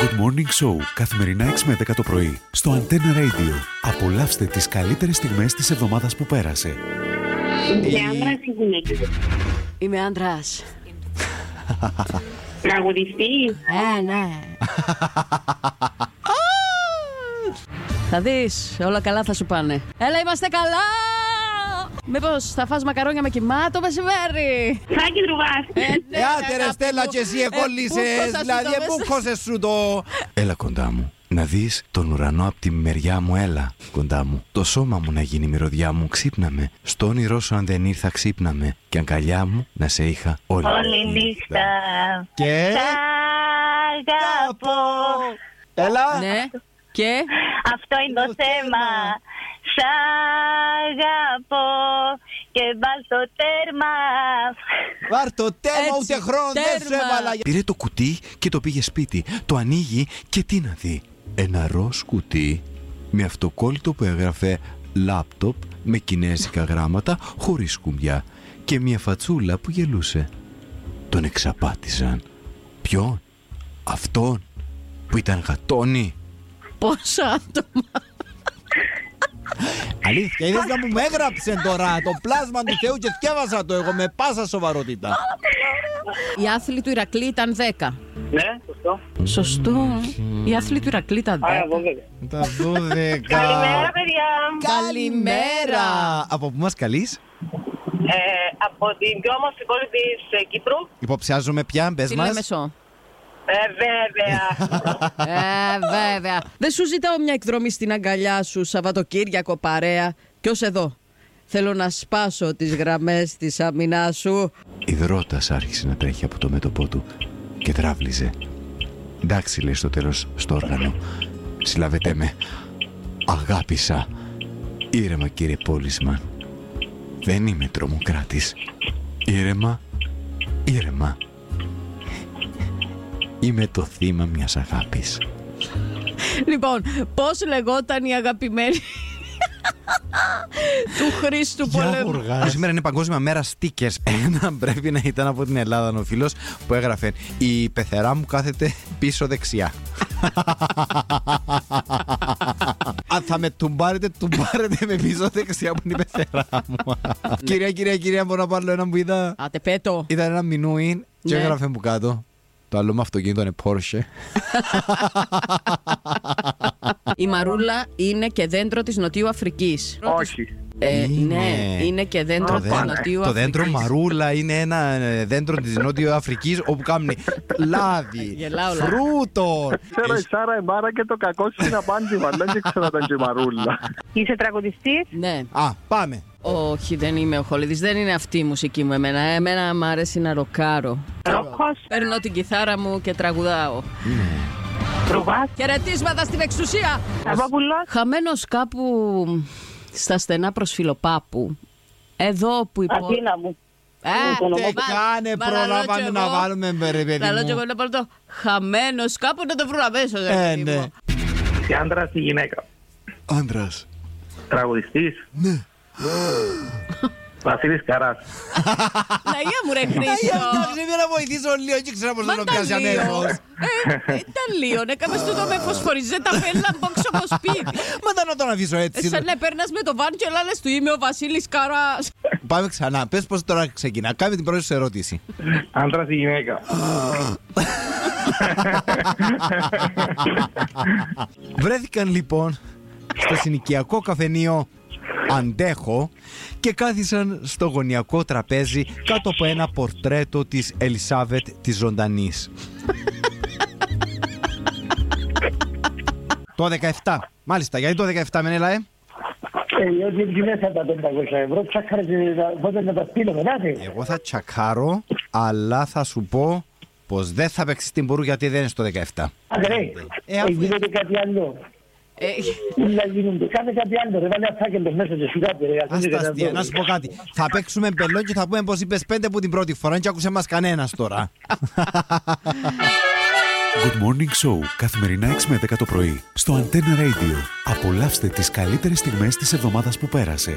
Good Morning Show, καθημερινά 6 με 10 το πρωί, στο Antenna Radio. Απολαύστε τις καλύτερες στιγμές της εβδομάδας που πέρασε. Και άνδρας ή γυναίκας. Είμαι άντρας. Τραγουδιστή. Ε, ναι. θα δεις, όλα καλά θα σου πάνε. Έλα, είμαστε καλά! Μήπως θα φας μακαρόνια με κοιμά το μεσημέρι. Φράγκη Δρουγάς. ναι, Ε, Άντε ρε αγάπη Στέλλα μου. και εσύ Ε, πού εκόλλησες, θα σου δηλαδή το μέσα. επούχωσες σου το... Έλα κοντά μου, να δεις τον ουρανό από τη μεριά μου, έλα κοντά μου. Το σώμα μου να γίνει μυρωδιά μου, ξύπναμε. Στο όνειρό σου αν δεν ήρθα ξύπναμε. Και αγκαλιά μου να σε είχα όλη, Όλη νύχτα. Και... Σ' ε, αγαπώ. Έλα. Ναι, και. Αυτό είναι το θέμα. Σ' αγαπώ. Και βάλ το τέρμα. Βάρ το τέρμα, Έτσι, ούτε χρόνο δεν σου τέρμα. έβαλα. Πήρε το κουτί και το πήγε σπίτι. Το ανοίγει και τι να δει. Ένα ροζ κουτί με αυτοκόλλητο που έγραφε λάπτοπ με κινέζικα γράμματα χωρίς κουμπιά και μια φατσούλα που γελούσε. Τον εξαπάτησαν. Ποιον? Αυτόν που ήταν γατόνι. Πόσα άτομα. Αλήθεια, είδες να μου με έγραψε τώρα το πλάσμα του Θεού και σκέβασα το εγώ με πάσα σοβαρότητα. Οι άθλοι του Ηρακλή ήταν 10. Ναι, σωστό. Σωστό. Οι άθλοι του Ηρακλή ήταν 10. Άρα 12. Τα δώδεκα. Ε. Καλημέρα, παιδιά. Καλημέρα. Από πού μας καλείς? Ε, από την πιο όμορφη πόλη της Κύπρου. Υποψιάζομαι πια, πες Τι μας. λέμε σο. Ε, βέβαια. ε, βέβαια. Δεν σου ζητάω μια εκδρομή στην αγκαλιά σου, Σαββατοκύριακο παρέα. Κι ως εδώ. Θέλω να σπάσω τις γραμμές της αμυνάς σου. Ιδρώτας άρχισε να τρέχει από το μέτωπό του και τράβλιζε. Εντάξει, λέει στο τέλος στο όργανο. Συλλαβετέ με. Αγάπησα. Ήρεμα, κύριε Πόλισμαν. Δεν είμαι τρομοκράτης. Ήρεμα, ήρεμα. Είμαι το θύμα μιας αγάπης. Λοιπόν, πώς λεγόταν η αγαπημένη του Χρήστου Πολέμου. Σήμερα είναι Παγκόσμια Μέρα Stickers. Ένα πρέπει να ήταν από την Ελλάδα ο φίλος που έγραφε Η πεθερά μου κάθεται πίσω δεξιά. Αν θα με τουμπάρετε, τουμπάρετε με πίσω δεξιά που είναι η πεθερά μου. κυρία, κυρία, κυρία, μπορώ να πάρω ένα που είδα. Άτε πέτω. Ήταν ένα μινούιν και Ναι. έγραφε μου κάτω. Το άλλο μου αυτοκίνητο είναι Porsche. Η μαρούλα είναι και δέντρο της Νοτιού Αφρικής. Όχι. Ε, ναι, Είναι. είναι και δέντρο Το της δέντρο- Νοτιού Το δέντρο Αφρικής. μαρούλα είναι ένα ε, δέντρο της Νότιο Αφρικής όπου κάνουν λάδι, Γελάω, λάδι. φρούτο. Ξέρω η Σάρα η Μάρα και το κακό σου είναι απάντημα. Δεν ξέρω ήταν και η Μαρούλα. Είσαι τραγουδιστής. Ναι. Α, πάμε. Όχι, δεν είμαι ο Χολίδης. Δεν είναι αυτή η μουσική μου εμένα. Εμένα μου αρέσει να ροκάρω. Ρόχος. Παίρνω την κιθάρα μου και τραγουδάω. Ναι. Δρουγάς. Χαιρετίσματα στην εξουσία! Σαββόπουλος. Χαμένος κάπου στα στενά προς Φιλοπάπου. Εδώ που υπάρχει. Αθήνα μου. Ε, Τε βα- κάνε, βα- προλάβαμε λέω κι να εγώ. βάλουμε, μπε, ρε, παιδί Θα λέω μου. κι εγώ να πάρω το χαμένος κάπου να το βρω αμέσω. Ε, ναι. Και άντρας ή γυναίκα. Άντρας. Τραγουδιστής. Ναι. Βασίλης Καράς. Ναγία μου, ρε Ε, Χρήστο. Δεν να βοηθήσω λίγο, έτσι ξέρω πώς Μα να το ήταν πιάσει λίγο. αμέσω. Ε, Ήταν λίγο. Έκαμε στο το με φωσφοριζέτα με λαμπόξ από σπίτι. Μα δεν να τον αφήσω Ε, έτσι. Σαν να παίρνας με το βάν και λάλες του είμαι ο Βασίλης Καράς. Πάμε ξανά. Πες πώς τώρα ξεκινά. Κάμε την πρώτη σου ερώτηση. Άντρας ή γυναίκα. Βρέθηκαν λοιπόν στο συνοικιακό καφενείο Αντέχω και κάθισαν στο γωνιακό τραπέζι κάτω από ένα πορτρέτο της Ελισάβετ της Ζωντανής. το 17. Μάλιστα, γιατί το 17 με έλα, ε. Διότι εκεί μέσα τα 500 ευρώ ψάχαρα και τα- πότε να τα στείλω μετά. Εγώ θα τσακάρω, αλλά θα σου πω πως δεν θα παίξεις την μπορού γιατί δεν είναι στο 17. Άντε ρε, Ε, αφού- ε, γίνεται κάτι άλλο. Ε, Όλα γίνονται. Κάνε κάτι άλλο ρε, βάλε αφάκεντος μέσα και σου κάτι ρε. Ας ακούνε τα κατά αστεία. εδώ. Να σου πω κάτι. Θα παίξουμε μπελό και θα πούμε πως είπες πέντε που την πρώτη φορά και άκουσε μας κανένας τώρα. Good Morning Show, καθημερινά 6 με 10 το πρωί, στο Antenna Radio. Απολαύστε τις καλύτερες στιγμές της εβδομάδας που πέρασε.